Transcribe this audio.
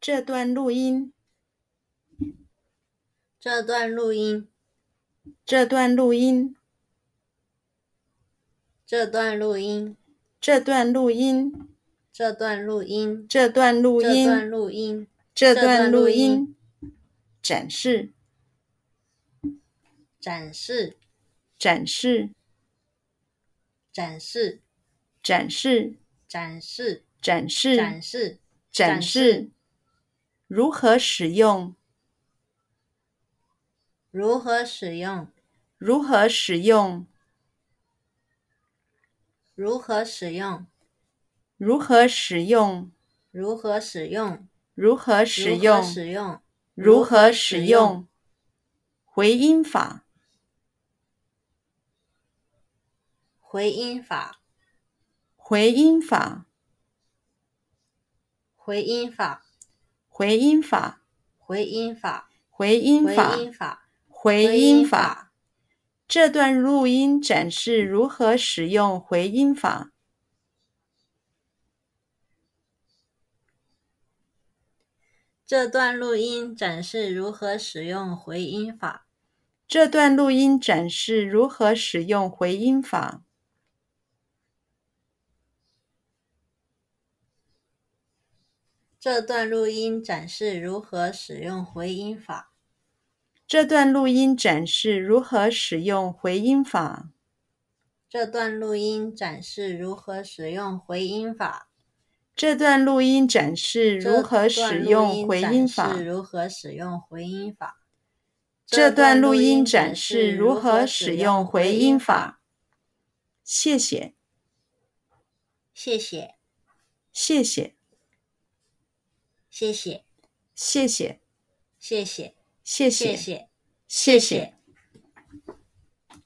这段录音，这段录音，这段录音，这段录音，这段录音，这段录音，这段录这音，段录音，这段段录录音，展示，展示，展示，展示，展示，展示，展示，展示，展展示，如何使用？如何使用？如何使用？如何使用？如何使用？如何使用？如何如使何用？使用？如何使使用用？回音法，回音法，回音法，回音法，回音法，回音法，回音回法，音法，回回音音法。法，这段录音展示如何使用回音法。这段录音展示如何使用回音法。这段录音展示如何使用回音法。这段录音展示如何使用回音法。这段录音展示如何使用回音法。这段录音展示如何使用回音法。这段录音展示如何使用回音这段法录展。示如何使用回音法？这段录音展示如何使用回音法。谢谢，谢谢，谢谢，谢谢，谢谢，谢谢，谢谢，谢谢谢，谢，谢谢谢。